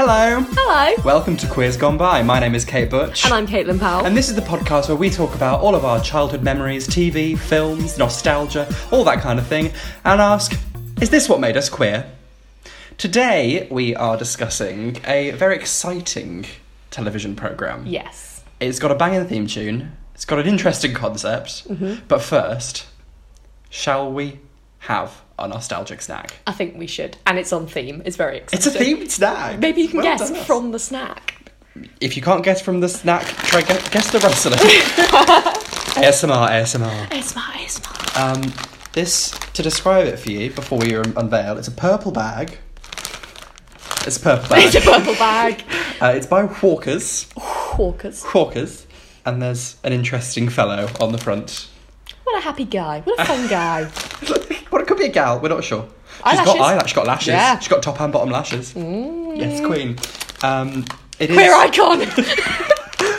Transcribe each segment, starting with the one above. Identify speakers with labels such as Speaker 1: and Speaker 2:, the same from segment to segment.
Speaker 1: Hello.
Speaker 2: Hello.
Speaker 1: Welcome to Queers Gone By. My name is Kate Butch.
Speaker 2: And I'm Caitlin Powell.
Speaker 1: And this is the podcast where we talk about all of our childhood memories, TV, films, nostalgia, all that kind of thing, and ask, is this what made us queer? Today we are discussing a very exciting television programme.
Speaker 2: yes.
Speaker 1: It's got a banging theme tune, it's got an interesting concept,
Speaker 2: Mm-hmm.
Speaker 1: but first, shall we have a nostalgic snack?
Speaker 2: I think we should. And it's on theme. It's very
Speaker 1: It's a
Speaker 2: exciting.
Speaker 1: themed snack.
Speaker 2: Maybe you can
Speaker 1: Well
Speaker 2: guess
Speaker 1: done us.
Speaker 2: from the snack.
Speaker 1: If you can't guess from the snack, try guess, guess the rest of it. ASMR, ASMR.
Speaker 2: It's my, it's my.
Speaker 1: Um, this to describe it for you before we un- unveil. It's a purple bag. It's a purple bag.
Speaker 2: It's a purple bag.
Speaker 1: Uh, it's by Hawkers.
Speaker 2: Hawkers.
Speaker 1: Hawkers, and there's an interesting fellow on the front.
Speaker 2: What a happy guy. What a fun guy.
Speaker 1: Well, it could be a gal. We're not sure. She's got
Speaker 2: Eyelashes.
Speaker 1: eyelash. She's got lashes.
Speaker 2: Yeah. Mm.
Speaker 1: She's got top and bottom lashes. Yes, queen. Um, it is
Speaker 2: Queer icon.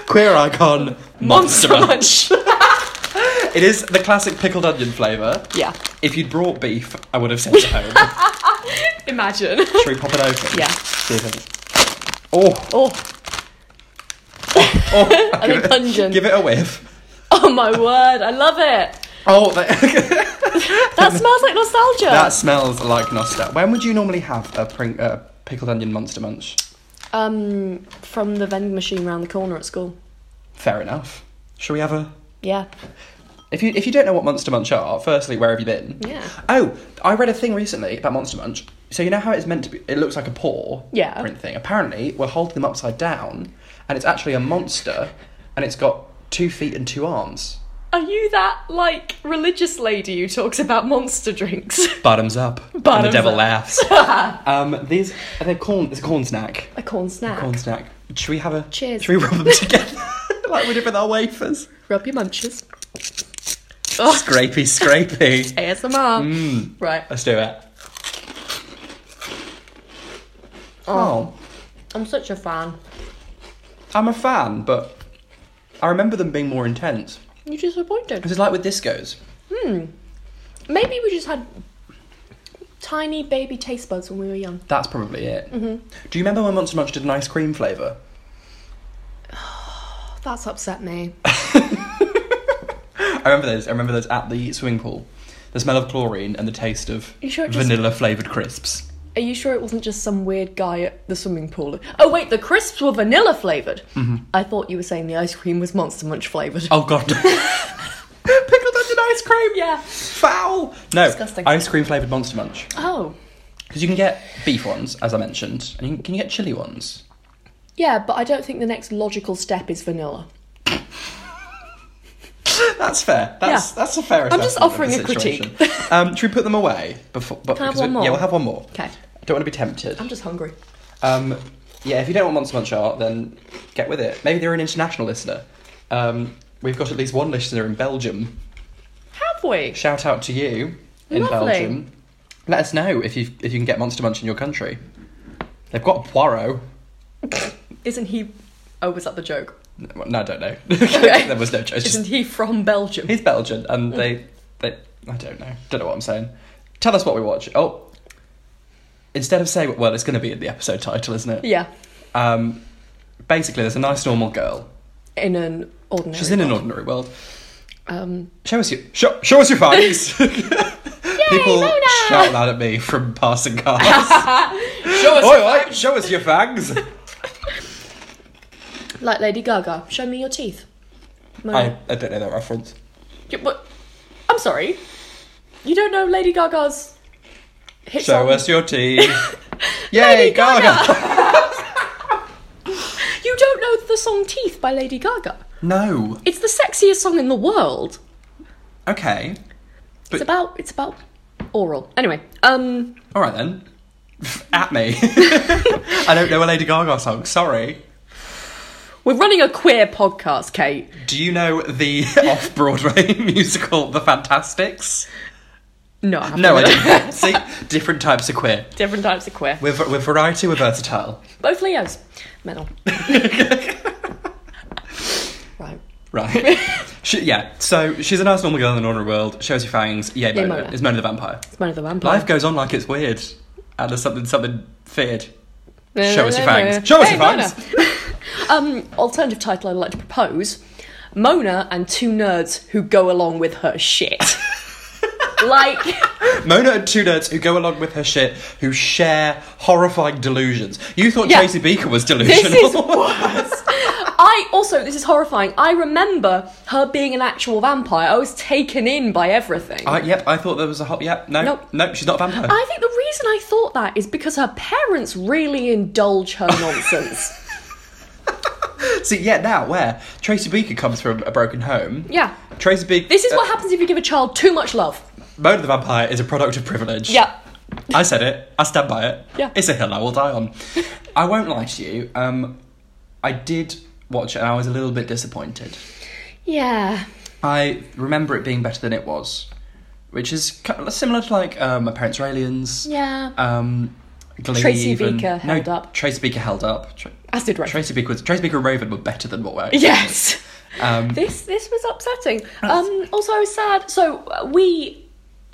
Speaker 1: queer icon
Speaker 2: Monster
Speaker 1: Munch.
Speaker 2: Munch.
Speaker 1: It is the classic pickled onion flavour.
Speaker 2: yeah.
Speaker 1: If you'd brought beef, I would have sent it home.
Speaker 2: Imagine.
Speaker 1: Should we pop it open?
Speaker 2: Yeah.
Speaker 1: See if it- Oh,
Speaker 2: Oh,
Speaker 1: oh.
Speaker 2: I think pungent.
Speaker 1: Give it a whiff.
Speaker 2: Oh my word. I love it.
Speaker 1: Oh, that,
Speaker 2: That smells like nostalgia.
Speaker 1: that smells like nostalgia. When would you normally have a pring, uh, pickled onion monster munch?
Speaker 2: um, from the vending machine round the corner at school.
Speaker 1: Fair enough. Shall we have a?
Speaker 2: Yeah.
Speaker 1: If you if you don't know what monster munch are, firstly, where have you been?
Speaker 2: Yeah.
Speaker 1: Oh, I read a thing recently about monster munch. So you know how it's meant to be? It looks like a paw.
Speaker 2: Yeah.
Speaker 1: Print thing. Apparently, we're holding them upside down, and it's actually a monster, and it's got two feet and two arms.
Speaker 2: Are you that, like, religious lady who talks about monster drinks?
Speaker 1: Bottoms up. and the
Speaker 2: Bottoms
Speaker 1: devil
Speaker 2: up.
Speaker 1: laughs. um, these are they corn? It's a corn snack.
Speaker 2: a corn snack.
Speaker 1: Corn snack. Should we have a?
Speaker 2: Cheers.
Speaker 1: Should we rub them together like we did with our wafers?
Speaker 2: Rub your munches. Oh,
Speaker 1: Scrapey, scrapey.
Speaker 2: ASMR. Right.
Speaker 1: Let's do it. Oh,
Speaker 2: I'm such a fan.
Speaker 1: I'm a fan, but I remember them being more intense.
Speaker 2: You're disappointed.
Speaker 1: This is like with discos.
Speaker 2: Maybe we just had tiny baby taste buds when we were young.
Speaker 1: That's probably it.
Speaker 2: Mm-hmm.
Speaker 1: Do you remember when Monster Munch did an ice cream flavour?
Speaker 2: That's upset me.
Speaker 1: I remember those. I remember those at the swimming pool. The smell of chlorine and the taste of
Speaker 2: You sure it just-
Speaker 1: vanilla flavoured crisps.
Speaker 2: Are you sure it wasn't just some weird guy at the swimming pool? Oh, wait, the crisps were vanilla flavoured. I thought you were saying the ice cream was Monster Munch flavoured.
Speaker 1: Mm-hmm. Oh god. Pickled onion ice cream.
Speaker 2: Yeah.
Speaker 1: Foul. No.
Speaker 2: Disgusting.
Speaker 1: Ice cream flavoured Monster Munch.
Speaker 2: Oh.
Speaker 1: Because you can get beef ones, as I mentioned, and you can, can you get chili ones?
Speaker 2: Yeah, but I don't think the next logical step is vanilla.
Speaker 1: That's fair. That's
Speaker 2: Yeah.
Speaker 1: that's a fair.
Speaker 2: I'm just
Speaker 1: assessment of
Speaker 2: offering
Speaker 1: the
Speaker 2: a critique.
Speaker 1: situation. um, should we put them away before? But,
Speaker 2: Can I have
Speaker 1: because
Speaker 2: one
Speaker 1: we-
Speaker 2: more?
Speaker 1: Yeah, we'll have one more.
Speaker 2: Okay.
Speaker 1: Don't want to be tempted.
Speaker 2: I'm just hungry.
Speaker 1: Um, yeah, if you don't want Monster Munch art, then get with it. Maybe they're an international listener. Um, we've got at least one listener in Belgium.
Speaker 2: Have we?
Speaker 1: Shout out to you in
Speaker 2: Lovely.
Speaker 1: Belgium. Let us know if you if you can get Monster Munch in your country. They've got a Poirot.
Speaker 2: Isn't he. Oh, was that the joke?
Speaker 1: No, I don't know.
Speaker 2: Okay.
Speaker 1: there was no choice.
Speaker 2: Isn't he from Belgium?
Speaker 1: He's Belgian, and they, they, I don't know, don't know what I'm saying. Tell us what we watch. Oh, instead of saying, well, it's going to be in the episode title, isn't it?
Speaker 2: Yeah,
Speaker 1: Um, basically, there's a nice normal girl.
Speaker 2: in an ordinary.
Speaker 1: She's in an ordinary world.
Speaker 2: Um,
Speaker 1: Show us your, show, show us your face. People
Speaker 2: Mona!
Speaker 1: shout that at me from passing cars.
Speaker 2: show us
Speaker 1: oi, oi, show us your fangs.
Speaker 2: like Lady Gaga. Show me your teeth.
Speaker 1: I,
Speaker 2: Mona.
Speaker 1: I don't know that reference.
Speaker 2: Yeah, but I'm sorry, you don't know Lady Gaga's hit
Speaker 1: Show
Speaker 2: song?
Speaker 1: us your teeth. Yay, Gaga.
Speaker 2: You don't know the song "Teeth" by Lady Gaga.
Speaker 1: No.
Speaker 2: It's the sexiest song in the world.
Speaker 1: Okay.
Speaker 2: It's about it's about oral. Anyway, um,
Speaker 1: All right then. At me. I don't know a Lady Gaga song. Sorry.
Speaker 2: we're running a queer podcast, Kate.
Speaker 1: Do you know the off-Broadway musical The Fantastics?
Speaker 2: No, I
Speaker 1: No, I
Speaker 2: haven't.
Speaker 1: didn't. See, different types of queer.
Speaker 2: Different types of queer.
Speaker 1: We're, we're variety, we're versatile.
Speaker 2: Both Leos. Metal. right.
Speaker 1: Right. she, yeah. So she's a nice normal girl in the ordinary world. Shows you fangs. Yay, Mona.
Speaker 2: Mona.
Speaker 1: Is Mona the vampire?
Speaker 2: It's Man of the Vampire.
Speaker 1: Life goes on like it's weird, and there's something something feared. Show us your fangs. Show us
Speaker 2: Hey,
Speaker 1: your fangs.
Speaker 2: Mona. um, alternative title I'd like to propose: Mona and two nerds who go along with her shit. like,
Speaker 1: Mona and two nerds who go along with her shit, who share horrifying delusions. You thought
Speaker 2: Yeah.
Speaker 1: Tracy Beaker was
Speaker 2: this
Speaker 1: delusional.
Speaker 2: is worse. I also this is horrifying. I remember her being an actual vampire. I was taken in by everything.
Speaker 1: Uh, yep, I thought there was a hot. Yep, no,
Speaker 2: Nope.
Speaker 1: no, she's not a vampire.
Speaker 2: I think the reason I thought that is because her parents really indulge her nonsense.
Speaker 1: See, yeah, now where Tracy Beaker comes from a broken home.
Speaker 2: Yeah.
Speaker 1: Tracy Beaker.
Speaker 2: This is what happens if you give a child too much love.
Speaker 1: Mona the vampire is a product of privilege.
Speaker 2: Yeah.
Speaker 1: I said it. I stand by it.
Speaker 2: Yeah.
Speaker 1: It's a hill I will die on. I won't lie to you. Um, I did watch it and I was a little bit disappointed.
Speaker 2: Yeah.
Speaker 1: I remember it being better than it was, which is kind of similar to like um, My Parents Are Aliens.
Speaker 2: Yeah.
Speaker 1: Um, Glee
Speaker 2: Tracy
Speaker 1: even.
Speaker 2: Beaker
Speaker 1: no,
Speaker 2: held up.
Speaker 1: Tracy Beaker held up. Tra-
Speaker 2: As did Raven.
Speaker 1: Tracy Beaker was Tracy Beaker and Raven were better than what were.
Speaker 2: Yes.
Speaker 1: Um,
Speaker 2: This this was upsetting. Um, also, I was sad. So uh, we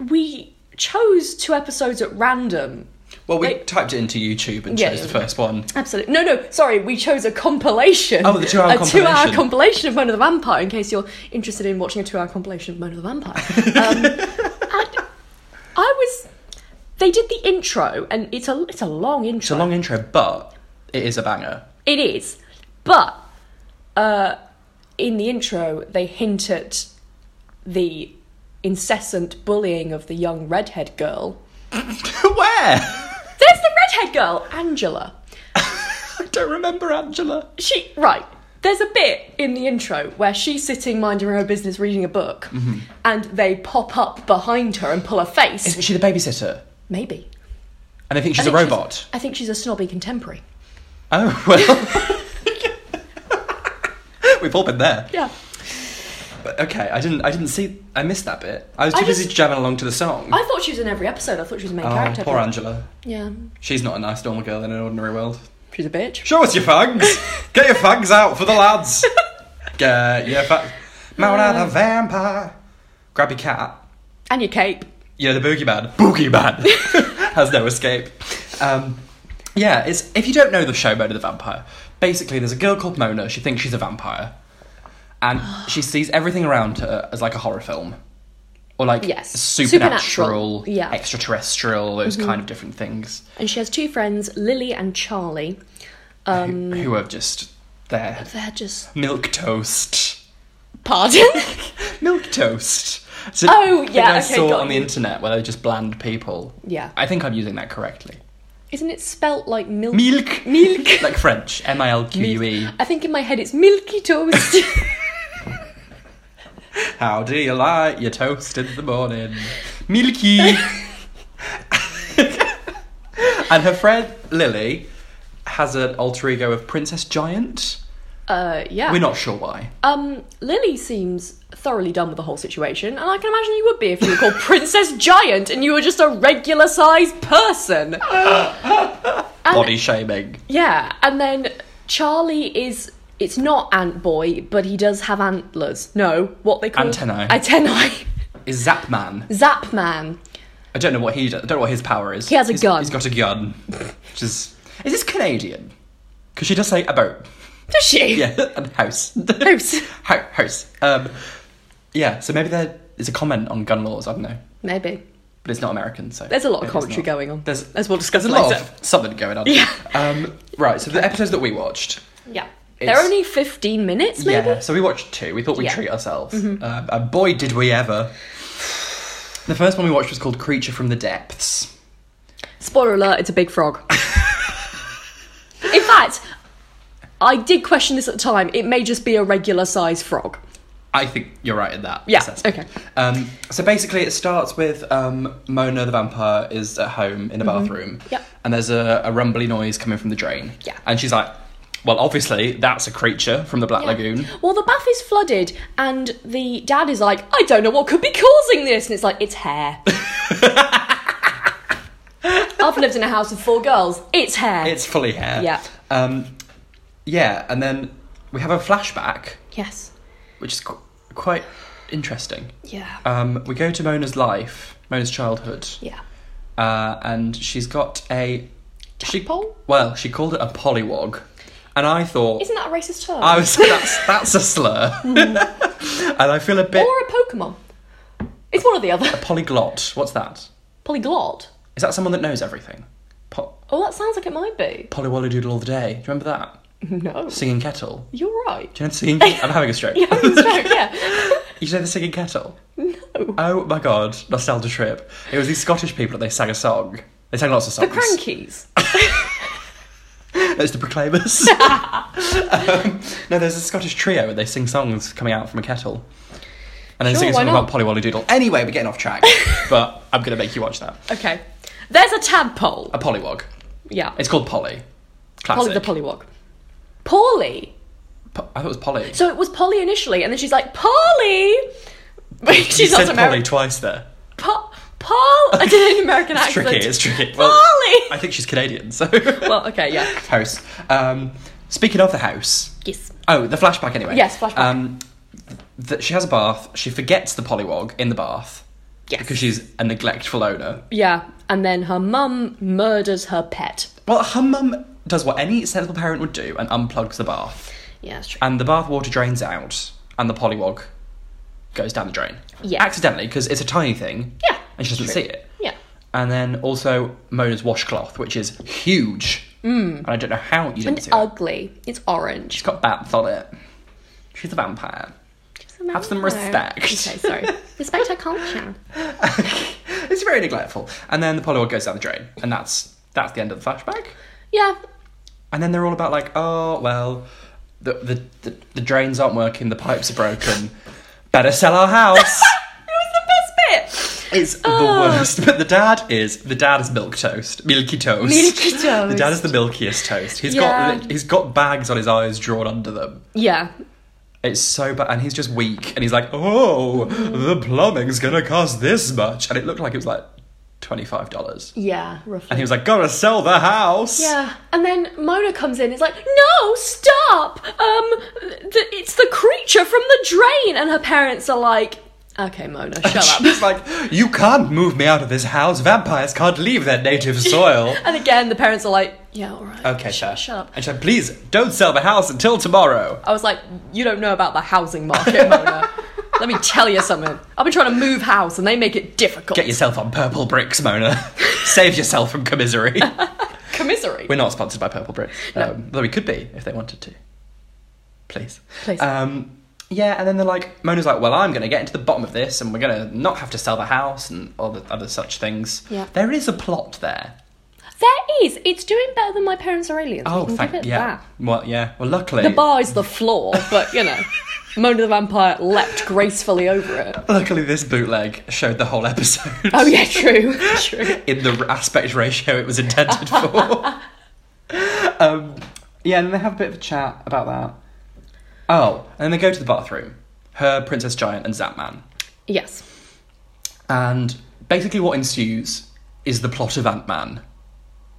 Speaker 2: we chose two episodes at random.
Speaker 1: well, we
Speaker 2: Wait.
Speaker 1: typed it into YouTube and
Speaker 2: Yeah,
Speaker 1: chose
Speaker 2: yeah,
Speaker 1: the
Speaker 2: yeah.
Speaker 1: first one.
Speaker 2: Absolutely. No, no. Sorry, we chose a compilation.
Speaker 1: Oh, the two-hour
Speaker 2: a two-hour
Speaker 1: compilation.
Speaker 2: compilation of Mona the Vampire. In case you're interested in watching a two-hour compilation of Mona the Vampire. Um, and I was. They did the intro, and it's a it's a long intro.
Speaker 1: It's a long intro, but it is a banger.
Speaker 2: It is. But uh, in the intro, they hint at the incessant bullying of the young redhead girl.
Speaker 1: Where?
Speaker 2: There's the redhead girl, Angela.
Speaker 1: I don't remember Angela.
Speaker 2: She, right. There's a bit in the intro where she's sitting minding her own business reading a book
Speaker 1: Mm-hmm.
Speaker 2: and they pop up behind her and pull her face.
Speaker 1: Isn't she the babysitter?
Speaker 2: Maybe.
Speaker 1: And I think she's
Speaker 2: I
Speaker 1: a
Speaker 2: think
Speaker 1: robot.
Speaker 2: I think she's a snobby contemporary.
Speaker 1: Oh well. We've all been there.
Speaker 2: Yeah.
Speaker 1: But, okay, I didn't. I didn't see. I missed that bit. I was too
Speaker 2: I
Speaker 1: busy
Speaker 2: just-
Speaker 1: jamming along to the song.
Speaker 2: I thought she was in every episode. I thought she was a main
Speaker 1: oh,
Speaker 2: character.
Speaker 1: poor
Speaker 2: but-
Speaker 1: Angela.
Speaker 2: Yeah.
Speaker 1: She's not a nice normal girl in an ordinary world.
Speaker 2: She's a bitch.
Speaker 1: Show us your fags. Get your fags out for the lads. Get your fags. Mona the vampire. Grab your cat.
Speaker 2: And your cape.
Speaker 1: Yeah, the boogeyman. Boogeyman has no escape. Um, yeah, it's if you don't know the show Mona the Vampire, basically there's a girl called Mona. She thinks she's a vampire, and she sees everything around her as like a horror film, or like
Speaker 2: Yes,
Speaker 1: supernatural,
Speaker 2: supernatural, yeah. Mm-hmm.
Speaker 1: extraterrestrial, those kind of different things
Speaker 2: And she has two friends, Lily and Charlie. Um,
Speaker 1: who, who are just there.
Speaker 2: they're just.
Speaker 1: Milk toast.
Speaker 2: Pardon?
Speaker 1: Milk toast. It's a
Speaker 2: Oh,
Speaker 1: thing
Speaker 2: yeah,
Speaker 1: I
Speaker 2: okay,
Speaker 1: saw
Speaker 2: got
Speaker 1: on the
Speaker 2: you.
Speaker 1: internet where they're just bland people.
Speaker 2: Yeah.
Speaker 1: I think I'm using that correctly.
Speaker 2: Isn't it spelt like milk?
Speaker 1: Milk.
Speaker 2: Milk.
Speaker 1: like French. M I L Q U E.
Speaker 2: I think in my head it's milky toast.
Speaker 1: How do you like your toast in the morning? Milky. and her friend Lily has an alter ego of Princess Giant.
Speaker 2: uh, yeah.
Speaker 1: We're not sure why.
Speaker 2: Um, Lily seems thoroughly done with the whole situation, and I can imagine you would be if you were called Princess Giant and you were just a regular sized person.
Speaker 1: Body shaming.
Speaker 2: Yeah, and then Charlie is. It's not Ant Boy, but he does have antlers. No, what they call
Speaker 1: Antennae.
Speaker 2: Antennae.
Speaker 1: Is Zapman.
Speaker 2: Zap Man.
Speaker 1: I don't know what he does. I don't know what his power is.
Speaker 2: He has a
Speaker 1: He's-
Speaker 2: gun.
Speaker 1: He's got a gun. Which is. Is this Canadian? Because she does say a boat.
Speaker 2: Does she?
Speaker 1: Yeah, and house.
Speaker 2: House.
Speaker 1: Ho- house. Um, yeah, so maybe there is a comment on gun laws, I don't know.
Speaker 2: Maybe.
Speaker 1: But it's not American, so.
Speaker 2: There's a lot
Speaker 1: maybe
Speaker 2: of
Speaker 1: it's
Speaker 2: commentary
Speaker 1: not.
Speaker 2: going on.
Speaker 1: There's,
Speaker 2: As we'll discuss
Speaker 1: there's a lot
Speaker 2: later.
Speaker 1: of something going on.
Speaker 2: Yeah.
Speaker 1: Um, right, so the episodes that we watched.
Speaker 2: Yeah.
Speaker 1: It's-
Speaker 2: They're only 15 minutes, maybe?
Speaker 1: Yeah, so we watched two. We thought we'd
Speaker 2: Yeah. Mm-hmm.
Speaker 1: treat ourselves. Um, and boy, did we ever. The first one we watched was called Creature from the Depths.
Speaker 2: Spoiler alert, it's a big frog. In fact, I did question this at the time. It may just be a regular sized frog.
Speaker 1: I think you're right in that.
Speaker 2: Yeah,
Speaker 1: assessment.
Speaker 2: okay.
Speaker 1: Um, so basically, it starts with um, Mona the vampire is at home in a
Speaker 2: Mm-hmm.
Speaker 1: bathroom.
Speaker 2: Yep.
Speaker 1: And there's a, a rumbly noise coming from the drain.
Speaker 2: Yeah.
Speaker 1: And she's like, well, obviously, that's a creature from the Black Lagoon.
Speaker 2: Well, the bath is flooded, and the dad is like, I don't know what could be causing this. And it's like, it's hair. I've lived in a house with four girls. It's hair.
Speaker 1: It's fully hair.
Speaker 2: Yeah.
Speaker 1: Um, yeah, and then we have a flashback,
Speaker 2: Yes.
Speaker 1: which is qu- quite interesting.
Speaker 2: Yeah.
Speaker 1: Um, we go to Mona's life, Mona's childhood,
Speaker 2: yeah.
Speaker 1: uh, and she's got a She,
Speaker 2: Tadpole?
Speaker 1: well, she called it a polywog. And I thought,
Speaker 2: Isn't that a racist term?
Speaker 1: I was that's that's a slur, and I feel a bit
Speaker 2: or a Pokemon. It's one or the other.
Speaker 1: polyglot. What's that?
Speaker 2: Polyglot.
Speaker 1: Is that someone that knows everything? Po-
Speaker 2: Oh, that sounds like it might be.
Speaker 1: Polywollydoodle all the day. Do you remember that
Speaker 2: No.
Speaker 1: singing kettle?
Speaker 2: You're right.
Speaker 1: Do you know the singing? I'm having a stroke.
Speaker 2: You're having a stroke, yeah.
Speaker 1: You know the singing kettle?
Speaker 2: no.
Speaker 1: Oh my god, nostalgia trip! It was these Scottish people that they sang a song. They sang lots of
Speaker 2: The
Speaker 1: songs.
Speaker 2: crankies.
Speaker 1: It's the Proclaimers. um, no, there's a Scottish trio and they sing songs coming out from a kettle. And then
Speaker 2: Sure,
Speaker 1: sing a
Speaker 2: why
Speaker 1: song
Speaker 2: not?
Speaker 1: about Polly Wally Doodle. Anyway, we're getting off track. but I'm going to make you watch that.
Speaker 2: Okay. There's a tadpole.
Speaker 1: A polywog.
Speaker 2: Yeah.
Speaker 1: It's called Polly. Classic.
Speaker 2: Polly the polywog. Polly.
Speaker 1: Po- I thought it was Polly.
Speaker 2: So it was Polly initially, and then she's like, Polly!
Speaker 1: you
Speaker 2: she's
Speaker 1: said
Speaker 2: not
Speaker 1: Polly
Speaker 2: American.
Speaker 1: twice there.
Speaker 2: Po- Paul! I did an American
Speaker 1: It's
Speaker 2: accent.
Speaker 1: tricky, it's tricky. Well, I
Speaker 2: Polly!
Speaker 1: think she's Canadian, so.
Speaker 2: Well, okay, yeah.
Speaker 1: house. Um, speaking of the house.
Speaker 2: Yes.
Speaker 1: Oh, the flashback anyway.
Speaker 2: Yes, flashback.
Speaker 1: Um, th- she has a bath. She forgets the polywog in the bath.
Speaker 2: Yes.
Speaker 1: Because she's a neglectful owner.
Speaker 2: Yeah, and then her mum murders her pet.
Speaker 1: Well, her mum does what any sensible parent would do and unplugs the bath.
Speaker 2: Yeah, that's true.
Speaker 1: And the bath water drains out, and the polywog goes down the drain.
Speaker 2: Yeah.
Speaker 1: Accidentally, because it's a tiny thing.
Speaker 2: Yeah,
Speaker 1: And she doesn't
Speaker 2: true.
Speaker 1: see it.
Speaker 2: yeah.
Speaker 1: And then also Mona's washcloth, which is huge. Mm. And I don't know how you didn't
Speaker 2: And
Speaker 1: see it.
Speaker 2: ugly. It's orange.
Speaker 1: She's got bats on it. She's a vampire. Have some respect.
Speaker 2: Okay, sorry. respect her culture.
Speaker 1: it's very neglectful. And then the polywog goes down the drain, and that's that's the end of the flashback.
Speaker 2: Yeah,
Speaker 1: And then they're all about like, oh well, the the the, the drains aren't working, the pipes are broken. Better sell our house.
Speaker 2: it was the best bit.
Speaker 1: It's the worst. But the dad is the dad is milk toast, milky toast.
Speaker 2: Milky toast.
Speaker 1: The dad is the milkiest toast. He's
Speaker 2: Yeah.
Speaker 1: got got he's got bags on his eyes drawn under them.
Speaker 2: Yeah,
Speaker 1: It's so bad, and he's just weak, and he's like, "Oh, the plumbing's gonna cost this much," and it looked like it was like twenty five dollars,
Speaker 2: yeah, roughly.
Speaker 1: and he was like, "Gotta sell the house."
Speaker 2: yeah, and then Mona comes in. Is like, no, stop! Um, th- it's the creature from the drain, and her parents are like, okay, Mona, shut up.
Speaker 1: She's like, "You can't move me out of this house. Vampires can't leave their native soil."
Speaker 2: and again, the parents are like, yeah, all right,
Speaker 1: Okay,
Speaker 2: sh-
Speaker 1: fair.
Speaker 2: shut up.
Speaker 1: And she's like, "Please don't sell the house until tomorrow."
Speaker 2: I was like, you don't know about the housing market, Mona. Let me tell you something. I've been trying to move house and they make it difficult.
Speaker 1: Get yourself on Purple Bricks, Mona. Save yourself from commisery.
Speaker 2: Commiserate.
Speaker 1: We're not sponsored by Purple Bricks, um, though we could be if they wanted to. Please.
Speaker 2: Please.
Speaker 1: Um, yeah, and then they're like, Mona's like, well, I'm going to get into the bottom of this and we're going to not have to sell the house and all the other such things.
Speaker 2: Yeah.
Speaker 1: There is a plot there.
Speaker 2: There is. It's doing better than my parents are aliens.
Speaker 1: Oh,
Speaker 2: we can
Speaker 1: thank
Speaker 2: give it
Speaker 1: yeah.
Speaker 2: that.
Speaker 1: Well, yeah. Well, luckily.
Speaker 2: The bar is the floor, but you know, Mona the vampire leapt gracefully over it.
Speaker 1: Luckily, this bootleg showed the whole episode
Speaker 2: Oh yeah, true, true.
Speaker 1: in the aspect ratio it was intended for. um, yeah, and they have a bit of a chat about that. Oh, and then they go to the bathroom. Her, Princess Giant, and Zapman.
Speaker 2: Yes.
Speaker 1: And basically, what ensues is the plot of Ant Man.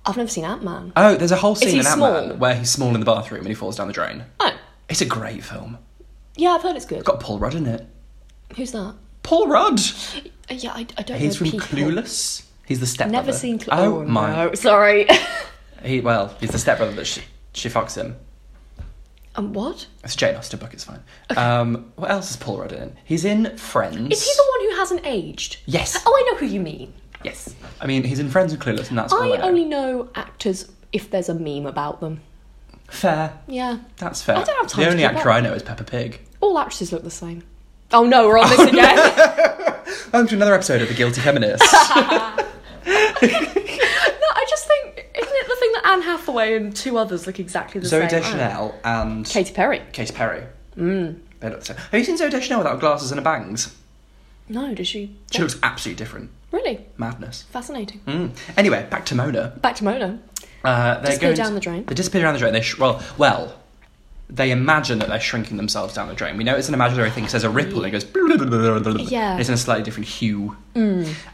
Speaker 2: I've never seen Ant Man.
Speaker 1: Oh, there's a whole scene
Speaker 2: he
Speaker 1: in Ant
Speaker 2: small?
Speaker 1: Man where he's small in the bathroom and he falls down the drain.
Speaker 2: Oh.
Speaker 1: It's a great film.
Speaker 2: Yeah, I've heard it's good.
Speaker 1: Got Paul Rudd in it.
Speaker 2: Who's that?
Speaker 1: Paul Rudd.
Speaker 2: Uh, Yeah, I, I don't
Speaker 1: He's
Speaker 2: know.
Speaker 1: from Clueless. He's the stepbrother.
Speaker 2: Never seen Clueless.
Speaker 1: Oh, my.
Speaker 2: No, sorry.
Speaker 1: He well, he's the stepbrother that she, she fucks him.
Speaker 2: um, what?
Speaker 1: It's a Jane Austen book. It's fine. Um, what else is Paul Rudd in? He's in Friends.
Speaker 2: Is he the one who hasn't aged?
Speaker 1: Yes.
Speaker 2: Oh, I know who you mean.
Speaker 1: Yes. I mean, he's in Friends and Clueless, and that's all
Speaker 2: I
Speaker 1: I know.
Speaker 2: only know actors if there's a meme about them.
Speaker 1: Fair.
Speaker 2: Yeah.
Speaker 1: That's fair.
Speaker 2: I don't have
Speaker 1: the
Speaker 2: time to
Speaker 1: only
Speaker 2: keep
Speaker 1: actor
Speaker 2: up.
Speaker 1: I know is Peppa Pig.
Speaker 2: All actresses look the same. Oh no, we're on this again.
Speaker 1: Welcome Oh, to another episode of The Guilty Feminist.
Speaker 2: no, I just think isn't it the thing that Anne Hathaway and two others look exactly the
Speaker 1: Zoe
Speaker 2: same? Oh.
Speaker 1: Deschanel and
Speaker 2: Katy Perry.
Speaker 1: Katy Perry.
Speaker 2: Mm.
Speaker 1: They look so. Have you seen Zoe Deschanel without glasses and her bangs?
Speaker 2: No, does she?
Speaker 1: She looks absolutely different.
Speaker 2: Really
Speaker 1: Madness.
Speaker 2: fascinating.
Speaker 1: Mm. Anyway, back to Mona.
Speaker 2: Back to Mona.
Speaker 1: Uh, they
Speaker 2: Disappear down the drain.
Speaker 1: They disappear down the drain. They sh- well, well, they imagine that they're shrinking themselves down the drain. We know it's an imaginary thing because there's a ripple and it goes. blah, blah, blah, blah, blah, blah.
Speaker 2: Yeah. Mm.
Speaker 1: It's in a slightly different hue. Uh,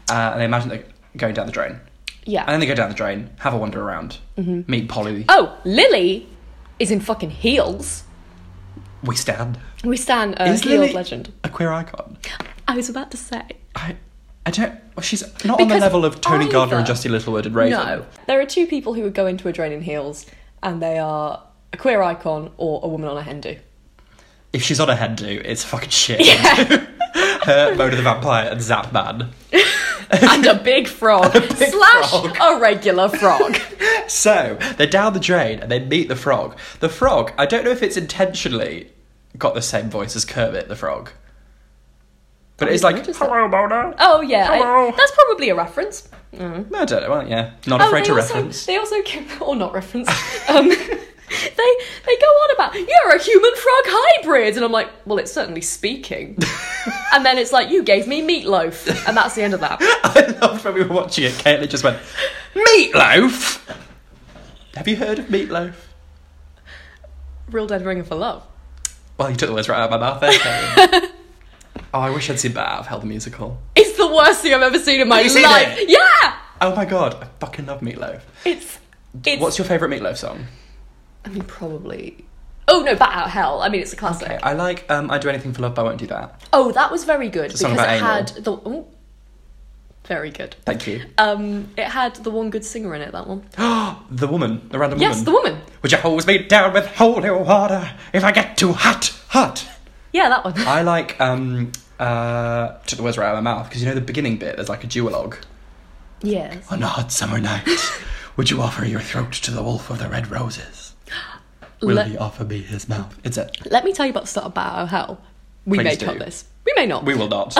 Speaker 1: and they imagine they're going down the drain.
Speaker 2: Yeah.
Speaker 1: And then they go down the drain, have a wander around, meet Polly.
Speaker 2: oh, Lily is in fucking heels.
Speaker 1: We stand.
Speaker 2: We stand a
Speaker 1: Is
Speaker 2: heels
Speaker 1: Lily
Speaker 2: Uh, legend.
Speaker 1: a queer icon?
Speaker 2: I was about to say.
Speaker 1: I, I don't. Well, she's not on the
Speaker 2: Because
Speaker 1: level of Tony Gardner and
Speaker 2: either-
Speaker 1: Justy Littlewood and Raven.
Speaker 2: No. There are two people who would go into a drain in heels, and they are a queer icon or a woman on a Hindu.
Speaker 1: If she's on a head do, it's fucking shit. Her, Mona the Vampire, and Zap Man.
Speaker 2: and a big frog. slash
Speaker 1: frog.
Speaker 2: a regular frog.
Speaker 1: So they're down the drain and they meet the frog. The frog, I don't know if it's intentionally got the same voice as Kermit the Frog. But it's like,
Speaker 2: notice that.
Speaker 1: hello, Mona.
Speaker 2: Oh, yeah. I-
Speaker 1: Hello.
Speaker 2: that's probably a reference.
Speaker 1: No, I don't know. Well, yeah. Not
Speaker 2: Oh,
Speaker 1: afraid
Speaker 2: they
Speaker 1: to
Speaker 2: also,
Speaker 1: reference.
Speaker 2: They also can, or not reference. Um, they they go on about you're a human frog hybrid, and I'm like, well, it's certainly speaking. and then it's like you gave me meatloaf, and that's the end of that.
Speaker 1: I loved when we were watching it, Caitlin just went, Meatloaf! Have you heard of meatloaf?
Speaker 2: Real Dead Ringer for Love.
Speaker 1: Well, you took the words right out of my mouth there, Caitlin. oh, I wish I'd seen Bat Out of Hell the musical.
Speaker 2: It's the worst thing I've ever seen in my
Speaker 1: Have you seen
Speaker 2: life.
Speaker 1: it?
Speaker 2: Yeah,
Speaker 1: Oh my god, I fucking love meatloaf.
Speaker 2: it's it's.
Speaker 1: What's your favourite meatloaf song?
Speaker 2: I mean, probably. Oh no, Bat Out Hell. I mean, it's a classic.
Speaker 1: Okay, I like um, I Do Anything for Love, but I Won't Do That.
Speaker 2: Oh, that was very good
Speaker 1: song
Speaker 2: because it had
Speaker 1: about
Speaker 2: the. ooh, very good.
Speaker 1: Thank you.
Speaker 2: Um, it had the one good singer in it. That one.
Speaker 1: the woman, the random
Speaker 2: Yes,
Speaker 1: woman.
Speaker 2: the woman.
Speaker 1: Would you hose me down with holy water if I get too hot, hot?
Speaker 2: Yeah, that one.
Speaker 1: I like, um, uh, took the words right out of my mouth, because you know the beginning bit, there's like a duologue.
Speaker 2: Yes.
Speaker 1: On a hot summer night, would you offer your throat to the wolf of the red roses? Will
Speaker 2: Let,
Speaker 1: he offer me his mouth? It's it.
Speaker 2: let me tell you about the start of Battle Hell. We
Speaker 1: Please
Speaker 2: may
Speaker 1: do.
Speaker 2: cut this. We may not.
Speaker 1: We will not.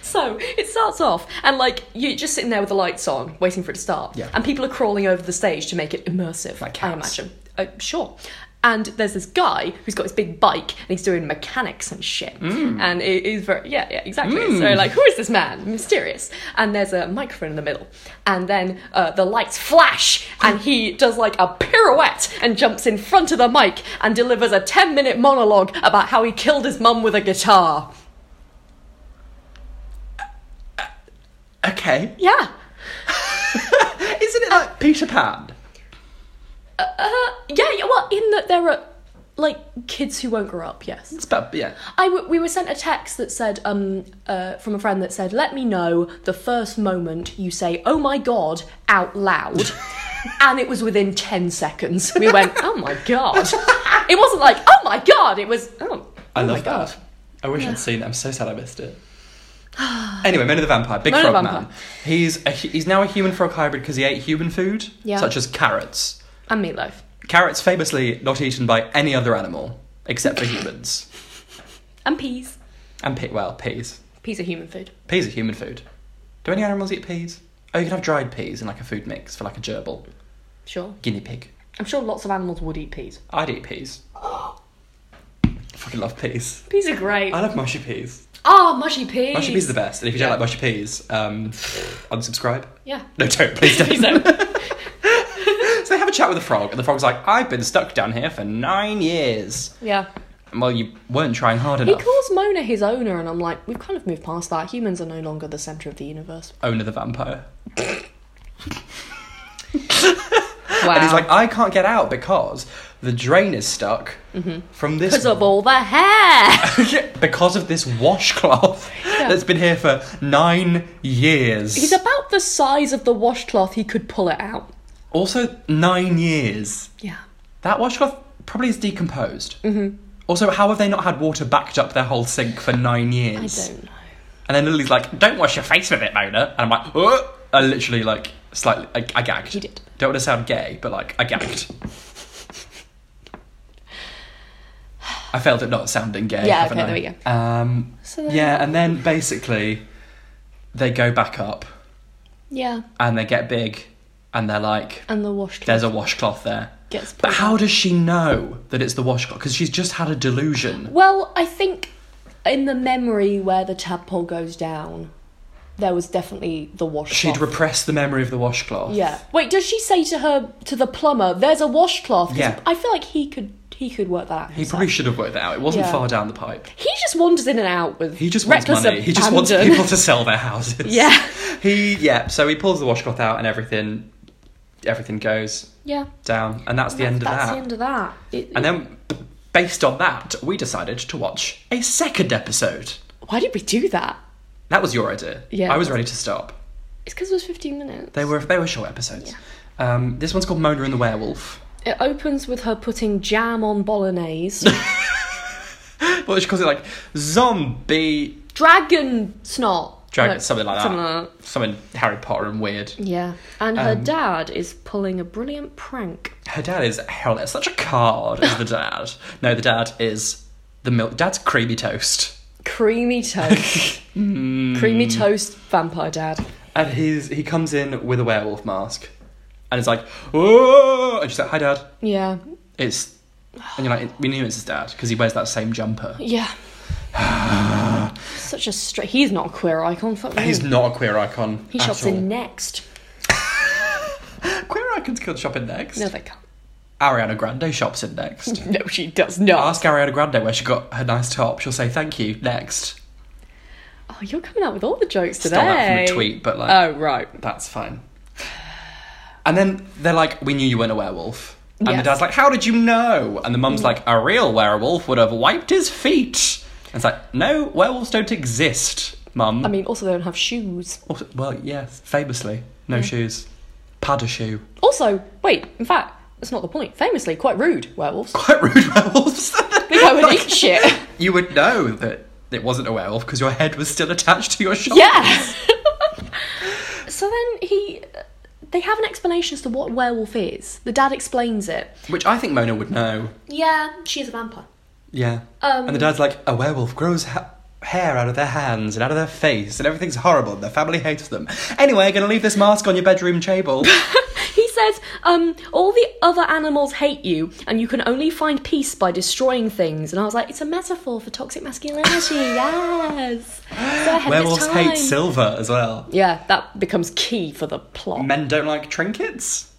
Speaker 2: so it starts off, and like you're just sitting there with the lights on, waiting for it to start.
Speaker 1: Yeah.
Speaker 2: And people are crawling over the stage to make it immersive.
Speaker 1: Like
Speaker 2: I
Speaker 1: cats.
Speaker 2: imagine. Uh, sure. And there's this guy who's got his big bike and he's doing mechanics and shit.
Speaker 1: Mm.
Speaker 2: And it is very, yeah, yeah, exactly. So, like, who is this man? Mysterious. And there's a microphone in the middle. And then uh, the lights flash and he does like a pirouette and jumps in front of the mic and delivers a 10 minute monologue about how he killed his mum with a guitar.
Speaker 1: okay.
Speaker 2: Yeah.
Speaker 1: Isn't it like Peter Pan?
Speaker 2: Uh, Yeah, yeah, well, in that there are like kids who won't grow up. Yes,
Speaker 1: It's about, yeah.
Speaker 2: I w- we were sent a text that said um uh, from a friend that said, "Let me know the first moment you say, oh my god,' out loud." And it was within 10 seconds. We went, oh my god. It wasn't like, oh my god. It was, oh,
Speaker 1: I
Speaker 2: oh
Speaker 1: love
Speaker 2: my god.
Speaker 1: that. I wish I'd seen it. I'm so sad I missed it. anyway, Mona the Vampire, big
Speaker 2: Mona the
Speaker 1: frog man.
Speaker 2: Vampire.
Speaker 1: He's a, hu- he's now a human frog hybrid because he ate human food,
Speaker 2: Yeah.
Speaker 1: such as carrots.
Speaker 2: And meatloaf.
Speaker 1: Carrots famously not eaten by any other animal except for humans.
Speaker 2: And peas.
Speaker 1: And pea, well, peas.
Speaker 2: Peas are human food.
Speaker 1: Peas are human food. Do any animals eat peas? Oh, you can have dried peas in like a food mix for like a gerbil.
Speaker 2: Sure.
Speaker 1: Guinea pig.
Speaker 2: I'm sure lots of animals would eat peas.
Speaker 1: I'd eat peas. I fucking love peas.
Speaker 2: Peas are great.
Speaker 1: I love mushy peas.
Speaker 2: Ah, mushy peas.
Speaker 1: Mushy peas are the best. And if you don't
Speaker 2: Yeah.
Speaker 1: like mushy peas, um, unsubscribe.
Speaker 2: Yeah.
Speaker 1: No, don't. Please don't.
Speaker 2: Peas are-
Speaker 1: So they have a chat with the frog, and the frog's like, I've been stuck down here for nine years.
Speaker 2: yeah.
Speaker 1: And, well, you weren't trying hard
Speaker 2: He
Speaker 1: enough.
Speaker 2: calls Mona his owner, and I'm like, we've kind of moved past that. Humans are no longer the centre of the universe.
Speaker 1: Owner the vampire.
Speaker 2: Wow.
Speaker 1: And he's like, "Oh, I can't get out because the drain is stuck from this.
Speaker 2: Mm-hmm. because of all the hair.
Speaker 1: because of this washcloth
Speaker 2: Yeah.
Speaker 1: that's been here for nine years.
Speaker 2: he's about the size of the washcloth. He could pull it out.
Speaker 1: also, nine years.
Speaker 2: Yeah.
Speaker 1: That washcloth probably is decomposed. Mm-hmm. Also, how have they not had water backed up their whole sink for nine
Speaker 2: I
Speaker 1: years?
Speaker 2: don't know.
Speaker 1: And then Lily's like, "Don't wash your face with it, Mona." And I'm like, "Ugh." I literally like slightly, I, I gagged.
Speaker 2: He did.
Speaker 1: Don't want to sound gay, but like I gagged. I failed at not sounding gay.
Speaker 2: Yeah,
Speaker 1: haven't
Speaker 2: okay,
Speaker 1: I?
Speaker 2: there we
Speaker 1: go. Um,
Speaker 2: So then-
Speaker 1: yeah, and then basically they go back up
Speaker 2: Yeah.
Speaker 1: and they get big, and they're like,
Speaker 2: And the washcloth
Speaker 1: "There's a washcloth there."
Speaker 2: gets
Speaker 1: But
Speaker 2: pulled.
Speaker 1: how does she know that it's the washcloth? Because she's just had a delusion.
Speaker 2: well, I think in the memory where the tadpole goes down, there was definitely the washcloth.
Speaker 1: She'd repressed the memory of the washcloth.
Speaker 2: yeah. Wait, does she say to her to the plumber, "There's a washcloth"? 'Cause
Speaker 1: Yeah.
Speaker 2: I feel like he could he could work that out.
Speaker 1: He probably should have worked that out. It wasn't
Speaker 2: Yeah.
Speaker 1: far down the pipe.
Speaker 2: He just wanders in and out with
Speaker 1: He just wants
Speaker 2: reckless
Speaker 1: money. He just wants
Speaker 2: abandon.
Speaker 1: people to sell their houses.
Speaker 2: Yeah.
Speaker 1: He yeah. So he pulls the washcloth out and everything, everything goes
Speaker 2: yeah,
Speaker 1: down, and that's the end of
Speaker 2: that's
Speaker 1: that.
Speaker 2: the end of that. It-
Speaker 1: and then, based on that, we decided to watch a second episode.
Speaker 2: why did we do that?
Speaker 1: That was your idea.
Speaker 2: Yeah.
Speaker 1: I was ready to stop.
Speaker 2: It's because it was 15 minutes.
Speaker 1: They were they were short episodes. Um, this one's called Mona and the Werewolf.
Speaker 2: It opens with her putting jam on bolognese,
Speaker 1: What she calls it like zombie
Speaker 2: dragon snot,
Speaker 1: dragon
Speaker 2: No,
Speaker 1: something like that.
Speaker 2: Something like that.
Speaker 1: Something Harry Potter and weird.
Speaker 2: Yeah, and her
Speaker 1: Um,
Speaker 2: dad is pulling a brilliant prank.
Speaker 1: Her dad is hell. It's such a card. Is the dad? No, the dad is the milk. Dad's creamy toast.
Speaker 2: Creamy toast,
Speaker 1: Hmm.
Speaker 2: creamy toast, vampire dad.
Speaker 1: And he's he comes in with a werewolf mask, and it's like, oh, and she's like, "Hi, Dad."
Speaker 2: Yeah,
Speaker 1: It's and you're like, "We knew it's his dad because he wears that same jumper."
Speaker 2: yeah. Such a straight. He's not a queer icon. Fuck me.
Speaker 1: He's not a queer icon.
Speaker 2: He
Speaker 1: at
Speaker 2: shops
Speaker 1: all.
Speaker 2: in next.
Speaker 1: Queer icons could shop in next.
Speaker 2: No, they can't.
Speaker 1: Ariana Grande shops in next.
Speaker 2: No, she does not.
Speaker 1: Ask Ariana Grande where she got her nice top. She'll say thank you next.
Speaker 2: Oh, you're coming out with all the jokes today.
Speaker 1: Stole that from a tweet, but like
Speaker 2: Oh right.
Speaker 1: that's fine. And then they're like, "We knew you weren't a werewolf." And the
Speaker 2: Yes. Mm.
Speaker 1: dad's like, "How did you know?" And the mum's like, "A real werewolf would have wiped his feet." And it's like, "No, werewolves don't exist, mum."
Speaker 2: I mean, also they don't have shoes.
Speaker 1: Also- well, yes, famously, no shoes, pad a shoe.
Speaker 2: Also, wait, in fact, that's not the point. Famously, quite rude werewolves.
Speaker 1: Quite rude werewolves.
Speaker 2: They go and eat shit.
Speaker 1: you would know that it wasn't a werewolf because your head was still attached to your shoulder.
Speaker 2: Yeah. so then he. They have an explanation as to what werewolf is. The dad explains it.
Speaker 1: Which I think Mona would know.
Speaker 2: Yeah, she's a vampire.
Speaker 1: Yeah.
Speaker 2: Um,
Speaker 1: and the dad's like, a werewolf grows ha- hair out of their hands and out of their face, and everything's horrible, and their family hates them. Anyway, gonna leave this mask on your bedroom table.
Speaker 2: He says, um, all the other animals hate you, and you can only find peace by destroying things. And I was like, it's a metaphor for toxic masculinity, yes. Go ahead,
Speaker 1: Werewolves
Speaker 2: it's time.
Speaker 1: hate silver as well.
Speaker 2: Yeah, that becomes key for the plot.
Speaker 1: Men don't like trinkets.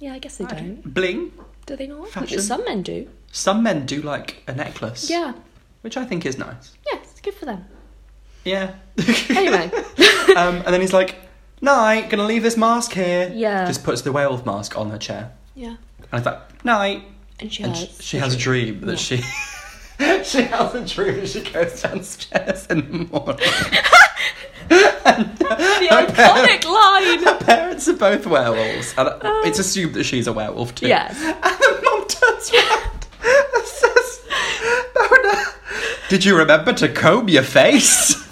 Speaker 2: Yeah, I guess they don't.
Speaker 1: Bling.
Speaker 2: Do they not?
Speaker 1: Fashion.
Speaker 2: Some men do.
Speaker 1: Some men do like a necklace.
Speaker 2: Yeah.
Speaker 1: Which I think is nice.
Speaker 2: Yeah, it's good for them.
Speaker 1: Yeah.
Speaker 2: Anyway.
Speaker 1: um, and then he's like, night, gonna leave this mask here.
Speaker 2: Yeah.
Speaker 1: Just puts the werewolf mask on her chair.
Speaker 2: Yeah.
Speaker 1: And it's like, night.
Speaker 2: And she
Speaker 1: And
Speaker 2: has.
Speaker 1: sh- she has a dream that she she has a dream she goes downstairs in the morning.
Speaker 2: the iconic line!
Speaker 1: Her parents are both werewolves, and it's assumed that she's a werewolf too.
Speaker 2: Oh. Yes.
Speaker 1: And the mum turns around and says, "Mona, did you remember to comb your face?"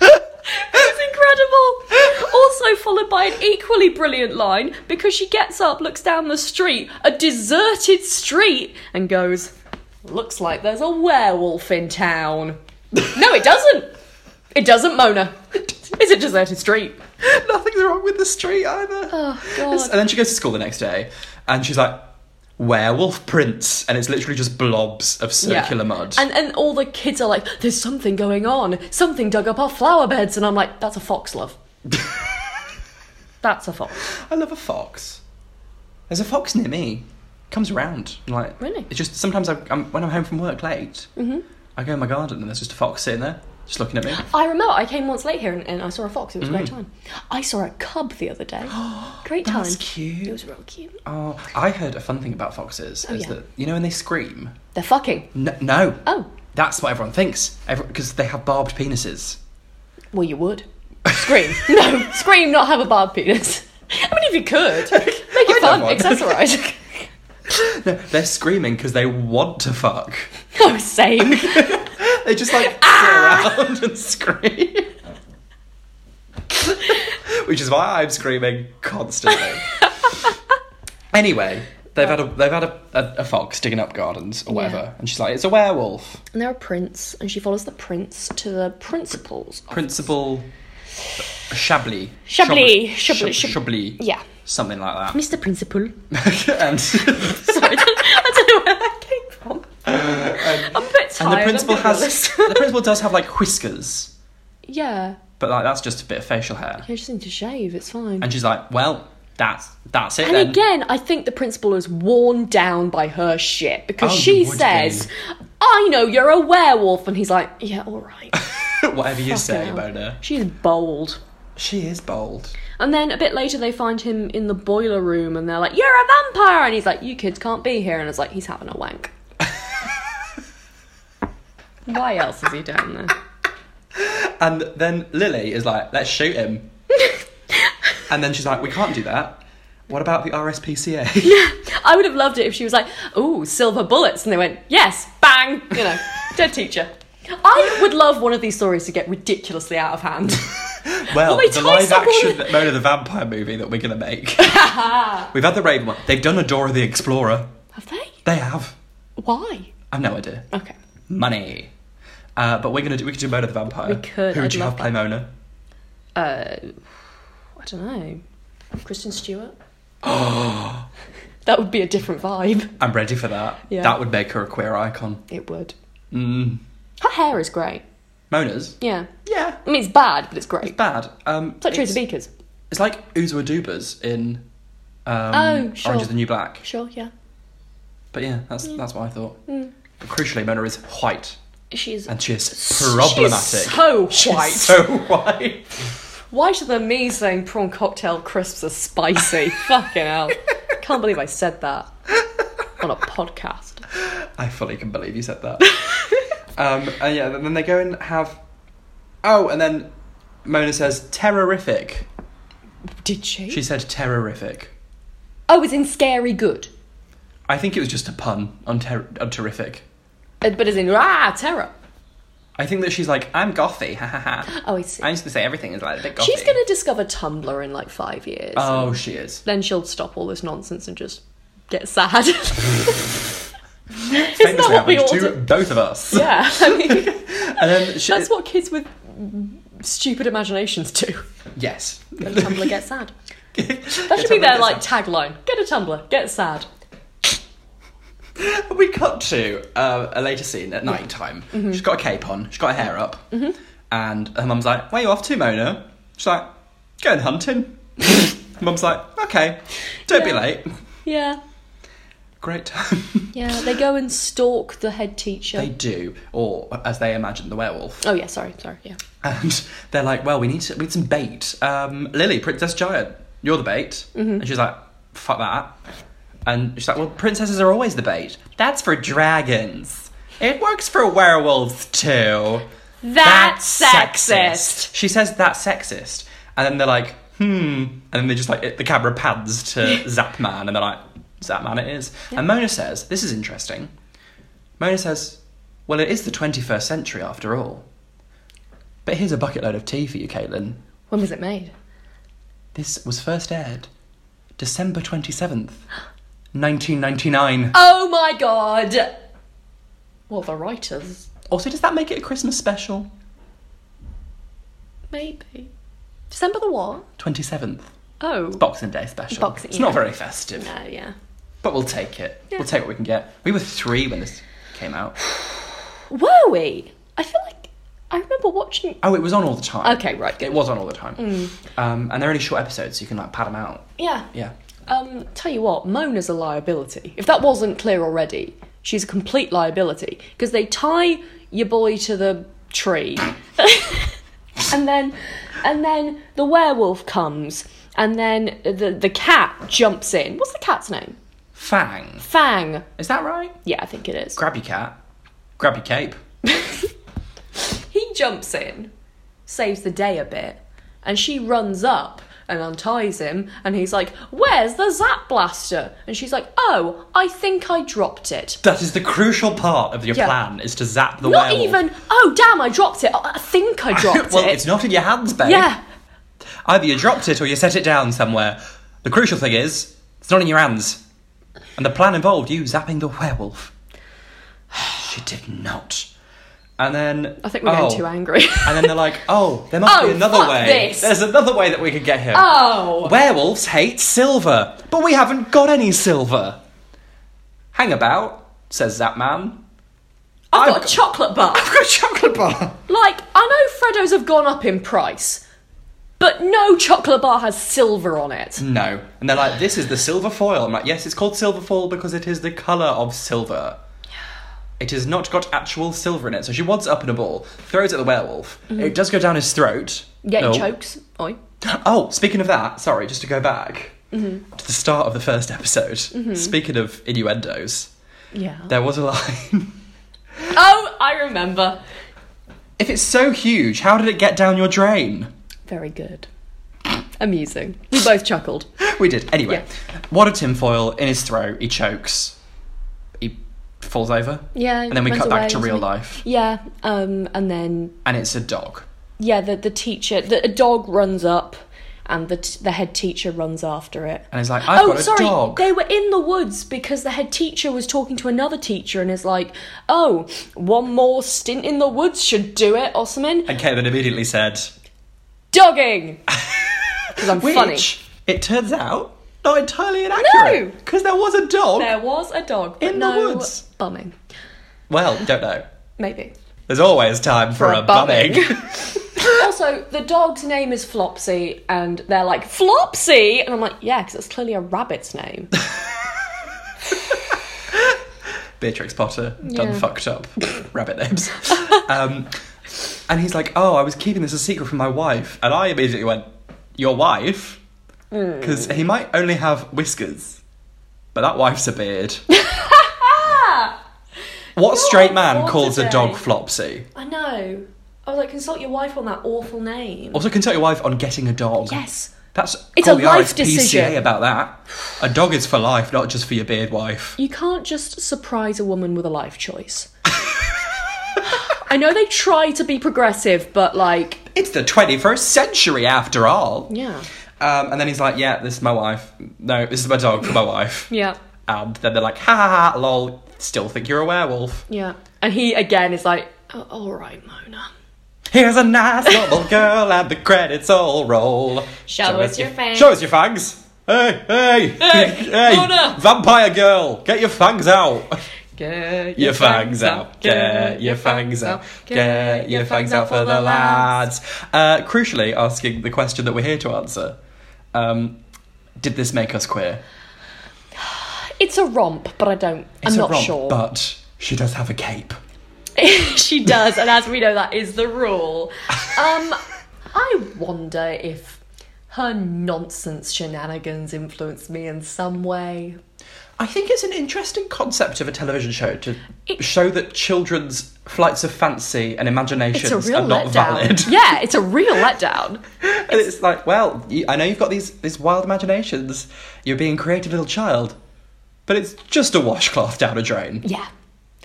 Speaker 2: It's incredible! Also, followed by an equally brilliant line because she gets up, looks down the street, a deserted street, and goes, Looks like there's a werewolf in town. no, it doesn't! It doesn't, Mona. It's a deserted street.
Speaker 1: Nothing's wrong with the street either.
Speaker 2: Oh, God.
Speaker 1: And then she goes to school the next day, and she's like, "Werewolf prints," and it's literally just blobs of
Speaker 2: Yeah.
Speaker 1: circular mud.
Speaker 2: And and all the kids are like, there's something going on. Something dug up our flower beds. And I'm like, that's a fox, love. that's a fox.
Speaker 1: I love a fox. There's a fox near me. Comes around. and, Like
Speaker 2: Really? Mm-hmm.
Speaker 1: It's just sometimes I, I'm, when I'm home from work late, I go in my garden and there's just a fox sitting there, just looking at me.
Speaker 2: I remember I came once late here and, and I saw a fox. It was a
Speaker 1: Mm.
Speaker 2: great time. I saw a cub the other day. great time.
Speaker 1: That's
Speaker 2: It
Speaker 1: cute.
Speaker 2: was real cute.
Speaker 1: Oh, I heard a fun thing about foxes is
Speaker 2: Oh, yeah.
Speaker 1: that you know when they scream.
Speaker 2: They're fucking.
Speaker 1: No, no.
Speaker 2: Oh,
Speaker 1: That's what everyone thinks. Because they have barbed penises.
Speaker 2: well, you would. Scream. no, scream, not have a barbed penis. I mean, if you could, make
Speaker 1: I don't
Speaker 2: it fun,
Speaker 1: mind.
Speaker 2: accessorize.
Speaker 1: No, they're screaming because they want to fuck.
Speaker 2: oh, same.
Speaker 1: They just like sit
Speaker 2: Ah!
Speaker 1: around and scream. Which is why I'm screaming constantly. anyway, they've had a they've had a, a, a fox digging up gardens or whatever,
Speaker 2: Yeah.
Speaker 1: and she's like, "It's a werewolf."
Speaker 2: and there are prints, and she follows the prints to the principal's.
Speaker 1: Principal Chablis. Chablis.
Speaker 2: Chablis. Chablis.
Speaker 1: Chab- Chablis.
Speaker 2: Yeah.
Speaker 1: Something like
Speaker 2: Mr. Principal.
Speaker 1: that. and
Speaker 2: Sorry, I don't, I don't know where that came from. I'm a
Speaker 1: Uh,
Speaker 2: bit
Speaker 1: and
Speaker 2: tired.
Speaker 1: the principal
Speaker 2: I'm gonna
Speaker 1: has
Speaker 2: be honest.
Speaker 1: the principal does have like whiskers,
Speaker 2: yeah,
Speaker 1: but like that's just a bit of facial hair.
Speaker 2: you just need to shave. It's fine.
Speaker 1: And she's like, "Well, that's that's it
Speaker 2: And
Speaker 1: then."
Speaker 2: again, I think the principal is worn down by her shit because
Speaker 1: Oh,
Speaker 2: she
Speaker 1: you would
Speaker 2: says, "I know you're a werewolf," and he's like, "Yeah, all right."
Speaker 1: Whatever you say,
Speaker 2: Fucking hell.
Speaker 1: Mona.
Speaker 2: She's bold.
Speaker 1: She is bold.
Speaker 2: And then a bit later, they find him in the boiler room, and they're like, "You're a vampire," and he's like, "You kids can't be here," and it's like he's having a wank. Why else is he down there?
Speaker 1: And then Lily is like, let's shoot him. and then she's like, we can't do that. What about the RSPCA?
Speaker 2: Yeah, I would have loved it if she was like, "Oh, silver bullets," and they went, "Yes, bang!" You know, dead teacher. I would love one of these stories to get ridiculously out of hand.
Speaker 1: well,
Speaker 2: Well, they
Speaker 1: the
Speaker 2: tie
Speaker 1: live
Speaker 2: Oh someone-
Speaker 1: action Mona the Vampire movie that we're going to make. We've had the Raven one. They've done a Dora the Explorer.
Speaker 2: have they?
Speaker 1: They have.
Speaker 2: Why?
Speaker 1: I've no idea.
Speaker 2: Okay.
Speaker 1: Money. Uh, but we're gonna do we could do Mona the Vampire.
Speaker 2: We could,
Speaker 1: Who would
Speaker 2: I'd
Speaker 1: you have
Speaker 2: love
Speaker 1: play Mona?
Speaker 2: Uh, I don't know. Kristen Stewart. that would be a different vibe.
Speaker 1: I'm ready for that.
Speaker 2: Yeah.
Speaker 1: That would make her a queer icon.
Speaker 2: It would.
Speaker 1: Mm.
Speaker 2: Her hair is great.
Speaker 1: Mona's.
Speaker 2: Yeah.
Speaker 1: Yeah.
Speaker 2: I mean, it's bad, but it's great.
Speaker 1: Bad. Um,
Speaker 2: It's like
Speaker 1: it's,
Speaker 2: Tracy Beakers.
Speaker 1: it's like Uzua Dubas in um,
Speaker 2: Oh, sure. Mm.
Speaker 1: Orange is the New Black.
Speaker 2: Sure, yeah.
Speaker 1: But yeah, that's that's what I thought. But crucially, Mona is white,
Speaker 2: She's
Speaker 1: and she is
Speaker 2: she's
Speaker 1: problematic.
Speaker 2: so white.
Speaker 1: She's so white.
Speaker 2: Why should the me saying prawn cocktail crisps are spicy? Fucking hell. Can't believe I said that on a podcast.
Speaker 1: I fully can believe you said that. um, and yeah, and then they go and have. Oh, and then Mona says terrific.
Speaker 2: Did she?
Speaker 1: She said terrific.
Speaker 2: oh, it's in Scary Good.
Speaker 1: I think it was just a pun on, ter- on terrific.
Speaker 2: Uh, But as in, ah, terror.
Speaker 1: I think that she's like, I'm gothy, ha ha ha.
Speaker 2: Oh, I see.
Speaker 1: I'm just gonna say everything is like a bit gothy.
Speaker 2: She's going to discover Tumblr in like five years.
Speaker 1: Oh, she is.
Speaker 2: Then she'll stop all this nonsense and just get sad. Isn't that
Speaker 1: Famously
Speaker 2: what we all
Speaker 1: happened to
Speaker 2: do?
Speaker 1: both of us.
Speaker 2: Yeah, I mean,
Speaker 1: And then she,
Speaker 2: that's what kids with stupid imaginations do.
Speaker 1: Yes.
Speaker 2: Get a Tumblr, get sad. That
Speaker 1: that
Speaker 2: should be their like tagline. Get a Tumblr, get sad.
Speaker 1: We cut to uh, a later scene at night time.
Speaker 2: Mm-hmm.
Speaker 1: She's got a cape on, she's got her hair up, and her mum's like, Where you off to, Mona? She's like, Going hunting. mum's like, Okay, don't be
Speaker 2: Yeah.
Speaker 1: late.
Speaker 2: Yeah,
Speaker 1: Great time.
Speaker 2: yeah. They go and stalk the head teacher.
Speaker 1: they do, or as they imagine, the werewolf.
Speaker 2: Oh yeah, sorry, sorry. Yeah.
Speaker 1: And they're like, Well, we need, to, we need some bait. Um, Lily, Princess Giant, you're the bait.
Speaker 2: Mm-hmm.
Speaker 1: And she's like, Fuck that. And she's like, Well, princesses are always the bait. That's for dragons. It works for werewolves too.
Speaker 2: That's, sexist.
Speaker 1: She says that's sexist. And then they're like, hmm. And then they just like, it, the camera pans to Zapman and they're like, Zapman it is. And Mona says, this is interesting. Mona says, well, it is the 21st century after all. But here's a bucket load of tea for you, Caitlin.
Speaker 2: When was it made?
Speaker 1: This was first aired December 27th, 1999.
Speaker 2: Oh my god. Well, the writers,
Speaker 1: Also, does that make it a Christmas special?
Speaker 2: maybe. December the what?
Speaker 1: 27th.
Speaker 2: Oh.
Speaker 1: Boxing Day special.
Speaker 2: Boxing-
Speaker 1: it's not
Speaker 2: yeah.
Speaker 1: very festive.
Speaker 2: no, yeah.
Speaker 1: But we'll take it.
Speaker 2: Yeah.
Speaker 1: We'll take what we can get. We were three when this came out.
Speaker 2: Were we? I feel like I remember watching.
Speaker 1: Oh, it was on all the time.
Speaker 2: Okay, right, good.
Speaker 1: It
Speaker 2: Mm.
Speaker 1: was on all the time. Um, and they're only short episodes, so you can like pad them out.
Speaker 2: Yeah.
Speaker 1: Yeah.
Speaker 2: Um, tell you what, Mona's a liability. If that wasn't clear already, she's a complete liability because they tie your boy to the tree, and then, and then the werewolf comes, and then the the cat jumps in. What's the cat's name?
Speaker 1: Fang.
Speaker 2: Fang.
Speaker 1: Is that right?
Speaker 2: Yeah, I think it is.
Speaker 1: Grab your cat. Grab your cape.
Speaker 2: he jumps in, saves the day a bit, and she runs up and unties him, and he's like, "Where's the zap blaster?" And she's like, "Oh, I think I dropped it."
Speaker 1: That is the crucial part of your
Speaker 2: Yeah.
Speaker 1: plan: is to zap the
Speaker 2: Not
Speaker 1: werewolf.
Speaker 2: even. Oh damn! I dropped it. I I think I dropped
Speaker 1: well,
Speaker 2: it.
Speaker 1: it's not in your hands, babe.
Speaker 2: yeah.
Speaker 1: Either you dropped it or you set it down somewhere. The crucial thing is, it's not in your hands. And the plan involved you zapping the werewolf. she did not. And then
Speaker 2: I think we're
Speaker 1: oh.
Speaker 2: getting too angry.
Speaker 1: And then they're like, "Oh, there must be
Speaker 2: Oh,
Speaker 1: another
Speaker 2: fuck
Speaker 1: way.
Speaker 2: this.
Speaker 1: There's another way that we could get him."
Speaker 2: oh.
Speaker 1: Werewolves hate silver, but we haven't got any silver. Hang about, says Zapman.
Speaker 2: I've
Speaker 1: I've
Speaker 2: got a
Speaker 1: got-
Speaker 2: chocolate bar.
Speaker 1: I've got a chocolate bar.
Speaker 2: Like I know Freddos have gone up in price, but no chocolate bar has silver on it.
Speaker 1: No. And they're like, this is the silver foil. I'm like, yes, it's called silver foil because it is the colour of silver. It has not got actual silver in it. So she wads up in a ball, throws it at the werewolf. It does go down his throat.
Speaker 2: Yeah,
Speaker 1: Oh.
Speaker 2: it chokes. Oi.
Speaker 1: Oh, speaking of that, sorry, just to go back to the start of the first episode. Speaking of innuendos,
Speaker 2: Yeah.
Speaker 1: there was a line.
Speaker 2: Oh, I remember.
Speaker 1: If it's so huge, how did it get down your drain?
Speaker 2: Very good. Amusing. We both chuckled.
Speaker 1: We did. Anyway, wad of tinfoil in his throat, he chokes. He falls over.
Speaker 2: Yeah.
Speaker 1: And then we
Speaker 2: runs
Speaker 1: cut back
Speaker 2: away
Speaker 1: to
Speaker 2: or
Speaker 1: real
Speaker 2: something.
Speaker 1: life.
Speaker 2: Yeah, um, and then
Speaker 1: And it's a dog.
Speaker 2: yeah, the the teacher, the a dog runs up, and the t- the head teacher runs after it.
Speaker 1: And he's like, I've
Speaker 2: oh,
Speaker 1: got a
Speaker 2: sorry,
Speaker 1: dog.
Speaker 2: they were in the woods because the head teacher was talking to another teacher and is like, "Oh, one more stint in the woods should do it, or something."
Speaker 1: And Caitlin immediately said,
Speaker 2: Dogging, because I'm
Speaker 1: Which,
Speaker 2: funny.
Speaker 1: it turns out, not entirely inaccurate.
Speaker 2: No!
Speaker 1: Because there was a dog.
Speaker 2: There was a dog but
Speaker 1: In the
Speaker 2: no
Speaker 1: woods.
Speaker 2: bumming,
Speaker 1: Well, don't know.
Speaker 2: maybe.
Speaker 1: There's always time for,
Speaker 2: For
Speaker 1: a,
Speaker 2: a
Speaker 1: bumming.
Speaker 2: also, the dog's name is Flopsy, and they're like, Flopsy? And I'm like, yeah, because that's clearly a rabbit's name.
Speaker 1: Beatrix Potter done
Speaker 2: Yeah.
Speaker 1: fucked up rabbit names. um, and he's like, "Oh, I was keeping this a secret from my wife," and I immediately went, "Your wife?"
Speaker 2: Mm.
Speaker 1: Because he might only have whiskers, but that wife's a beard. what straight
Speaker 2: on
Speaker 1: man
Speaker 2: board
Speaker 1: calls a
Speaker 2: today.
Speaker 1: dog flopsy?
Speaker 2: I know. I was like, consult your wife on that awful name.
Speaker 1: Also, consult your wife on getting a dog.
Speaker 2: Yes.
Speaker 1: That's
Speaker 2: It's
Speaker 1: call
Speaker 2: a
Speaker 1: the
Speaker 2: life
Speaker 1: RSPCA
Speaker 2: decision.
Speaker 1: about that. A dog is for life, not just for your beard wife.
Speaker 2: You can't just surprise a woman with a life choice. I know they try to be progressive, but like,
Speaker 1: It's the 21st century after all.
Speaker 2: yeah.
Speaker 1: Um, and then he's like, yeah, this is my wife. No, this is my dog for my wife.
Speaker 2: Yeah.
Speaker 1: And then they're like, ha ha ha, lol, still think you're a werewolf.
Speaker 2: Yeah. And he again is like, oh, all right, Mona.
Speaker 1: Here's a nice little girl and the credits all roll.
Speaker 2: Show us your fangs.
Speaker 1: Show us your fangs. Hey, hey,
Speaker 2: Hey, Mona.
Speaker 1: vampire girl, get your fangs out.
Speaker 2: Get
Speaker 1: Your fangs out, get your fangs out, get your fangs out for the lads. Uh, crucially, asking the question that we're here to answer. Um, did this make us queer?
Speaker 2: It's a romp, but I don't.
Speaker 1: It's
Speaker 2: I'm
Speaker 1: a
Speaker 2: not
Speaker 1: romp,
Speaker 2: sure.
Speaker 1: But she does have a cape.
Speaker 2: she does, and as we know, that is the rule. Um, I wonder if her nonsense shenanigans influenced me in some way.
Speaker 1: I think it's an interesting concept of a television show to
Speaker 2: It-
Speaker 1: show that children's flights of fancy and
Speaker 2: It's a
Speaker 1: imaginations
Speaker 2: real
Speaker 1: are not
Speaker 2: letdown.
Speaker 1: valid.
Speaker 2: Yeah, it's a real letdown.
Speaker 1: and it's like, well, you, I know you've got these, these wild imaginations. You're being creative little child. But it's just a washcloth down a drain.
Speaker 2: Yeah.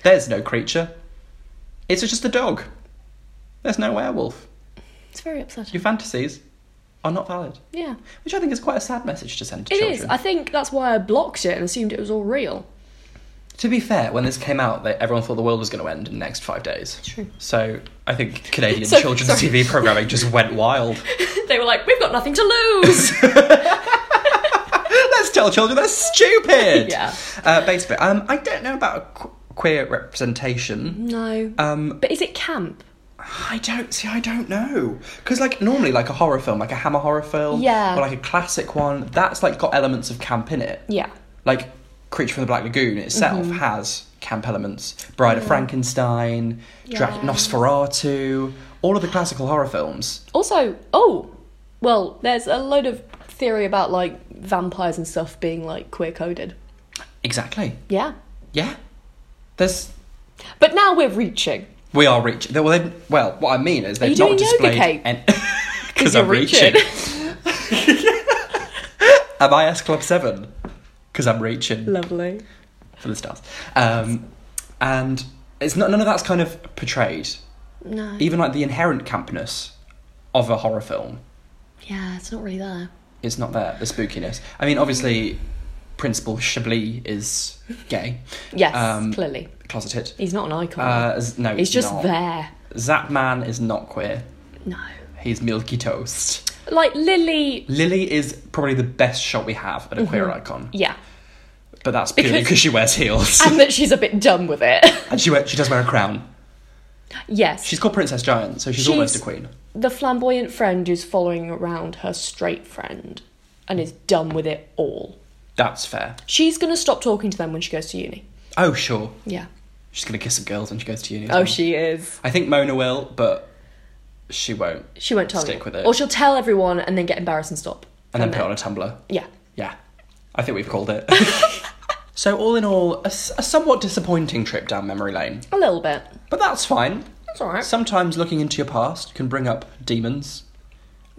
Speaker 1: There's no creature. It's just a dog. There's no werewolf.
Speaker 2: It's very upsetting.
Speaker 1: Your fantasies are not valid.
Speaker 2: Yeah.
Speaker 1: Which I think is quite a sad message to send to
Speaker 2: it is.
Speaker 1: children.
Speaker 2: I think that's why I blocked it and assumed it was all real.
Speaker 1: To be fair, when this came out, they, everyone thought the world was going to end in the next five days.
Speaker 2: True.
Speaker 1: So I think Canadian
Speaker 2: So-
Speaker 1: children's
Speaker 2: sorry.
Speaker 1: TV programming just went wild.
Speaker 2: they were like, we've got nothing to lose.
Speaker 1: Let's tell children they're stupid.
Speaker 2: Yeah.
Speaker 1: Uh, basically, um, I don't know about qu- queer representation.
Speaker 2: no.
Speaker 1: Um,
Speaker 2: but is it camp?
Speaker 1: I don't see. I don't know because, like, normally, like a horror film, like a Hammer horror film,
Speaker 2: Yeah.
Speaker 1: or like a classic one, that's like got elements of camp in it.
Speaker 2: Yeah. Mm-hmm.
Speaker 1: like Creature from the Black Lagoon itself has camp elements. Bride of Frankenstein, Dra-
Speaker 2: Yeah.
Speaker 1: Nosferatu, all of the classical horror films.
Speaker 2: Also, oh, well, there's a load of theory about like vampires and stuff being like queer coded.
Speaker 1: Exactly.
Speaker 2: Yeah.
Speaker 1: Yeah. There's.
Speaker 2: But now we're reaching.
Speaker 1: We are reaching. Well, they, well, what I mean is they've
Speaker 2: you
Speaker 1: not
Speaker 2: doing yoga,
Speaker 1: displayed.
Speaker 2: Kate?
Speaker 1: Because
Speaker 2: you're
Speaker 1: I'm reaching. Am I S Club Seven? Because I'm reaching.
Speaker 2: Lovely.
Speaker 1: for the stars. Um, and it's not none of that's kind of portrayed.
Speaker 2: No.
Speaker 1: Even like the inherent campness of a horror film
Speaker 2: Yeah, it's not really there.
Speaker 1: is not there. The spookiness. I mean, obviously, Principal Chablis is gay.
Speaker 2: Yes,
Speaker 1: Um,
Speaker 2: clearly.
Speaker 1: Closeted.
Speaker 2: He's not an icon.
Speaker 1: Uh, z- no,
Speaker 2: He's just
Speaker 1: not.
Speaker 2: there.
Speaker 1: Zap Man is not queer.
Speaker 2: No.
Speaker 1: He's milky toast.
Speaker 2: Like Lily.
Speaker 1: Lily is probably the best shot we have at a queer icon,
Speaker 2: Yeah.
Speaker 1: but that's purely
Speaker 2: Mm-hmm. Because-
Speaker 1: because she wears heels
Speaker 2: And that she's a bit done with it.
Speaker 1: and she wear, she does wear a crown.
Speaker 2: yes.
Speaker 1: She's called Princess Giant, so she's
Speaker 2: She's-
Speaker 1: almost a queen.
Speaker 2: the flamboyant friend who's following around her straight friend and is done with it all.
Speaker 1: That's fair.
Speaker 2: She's going to stop talking to them when she goes to uni.
Speaker 1: Oh sure,
Speaker 2: Yeah.
Speaker 1: She's gonna kiss some girls when she goes to uni. as
Speaker 2: Oh,
Speaker 1: well.
Speaker 2: she is.
Speaker 1: I think Mona will, but she won't.
Speaker 2: She won't tell
Speaker 1: Stick
Speaker 2: you.
Speaker 1: with it.
Speaker 2: Or she'll tell everyone and then get embarrassed and stop.
Speaker 1: And then put it on a Tumblr.
Speaker 2: Yeah.
Speaker 1: Yeah, I think we've called it. so all in all, a, s- a somewhat disappointing trip down memory lane,
Speaker 2: A little bit.
Speaker 1: but that's fine.
Speaker 2: That's all right.
Speaker 1: Sometimes looking into your past can bring up demons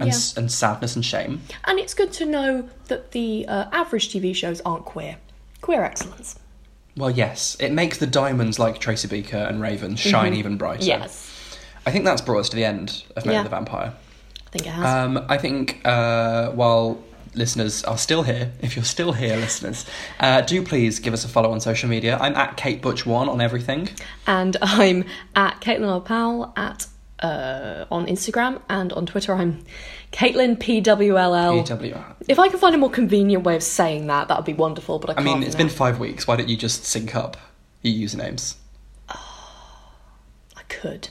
Speaker 1: and, s- and sadness and shame.
Speaker 2: And it's good to know that the uh, average TV shows aren't queer. Queer excellence.
Speaker 1: Well, yes, it makes the diamonds like Tracy Beaker and Raven shine
Speaker 2: Mm-hmm.
Speaker 1: even brighter.
Speaker 2: Yes.
Speaker 1: I think that's brought us to the end of Men
Speaker 2: Yeah.
Speaker 1: of the Vampire.
Speaker 2: I think it has.
Speaker 1: Um, I think uh, while listeners are still here, if you're still here, listeners, uh, do please give us a follow on social media. I'm at Kate Butch One on everything.
Speaker 2: and I'm at Caitlin L. Powell at uh, on Instagram and on Twitter I'm Caitlin PWLL.
Speaker 1: PWR.
Speaker 2: If I can find a more convenient way of saying that, that would be wonderful. But I,
Speaker 1: I
Speaker 2: can't.
Speaker 1: mean, it's been five weeks. Why don't you just sync up your usernames?
Speaker 2: I could.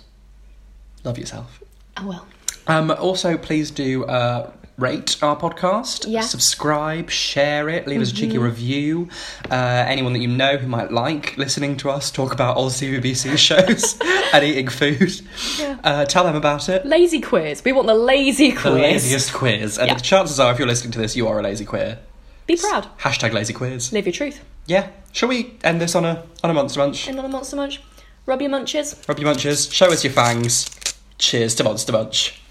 Speaker 1: Love yourself.
Speaker 2: Oh well.
Speaker 1: Um, also, please do uh, rate our podcast,
Speaker 2: Yeah. Mm-hmm.
Speaker 1: subscribe, share it, leave us a cheeky review. Uh, anyone that you know who might like listening to us talk about old CBBC shows and eating food,
Speaker 2: Yeah.
Speaker 1: uh, tell them about it.
Speaker 2: Lazy quiz. We want the lazy quiz.
Speaker 1: The laziest quiz, and
Speaker 2: Yeah.
Speaker 1: chances are, if you're listening to this, you are a lazy queer.
Speaker 2: Be proud.
Speaker 1: Hashtag lazy quiz.
Speaker 2: Live your truth.
Speaker 1: Yeah. Shall we end this on a on a monster munch?
Speaker 2: And not a monster munch. Rub your munches.
Speaker 1: Rub your munches. Show us your fangs. Cheers to monster munch.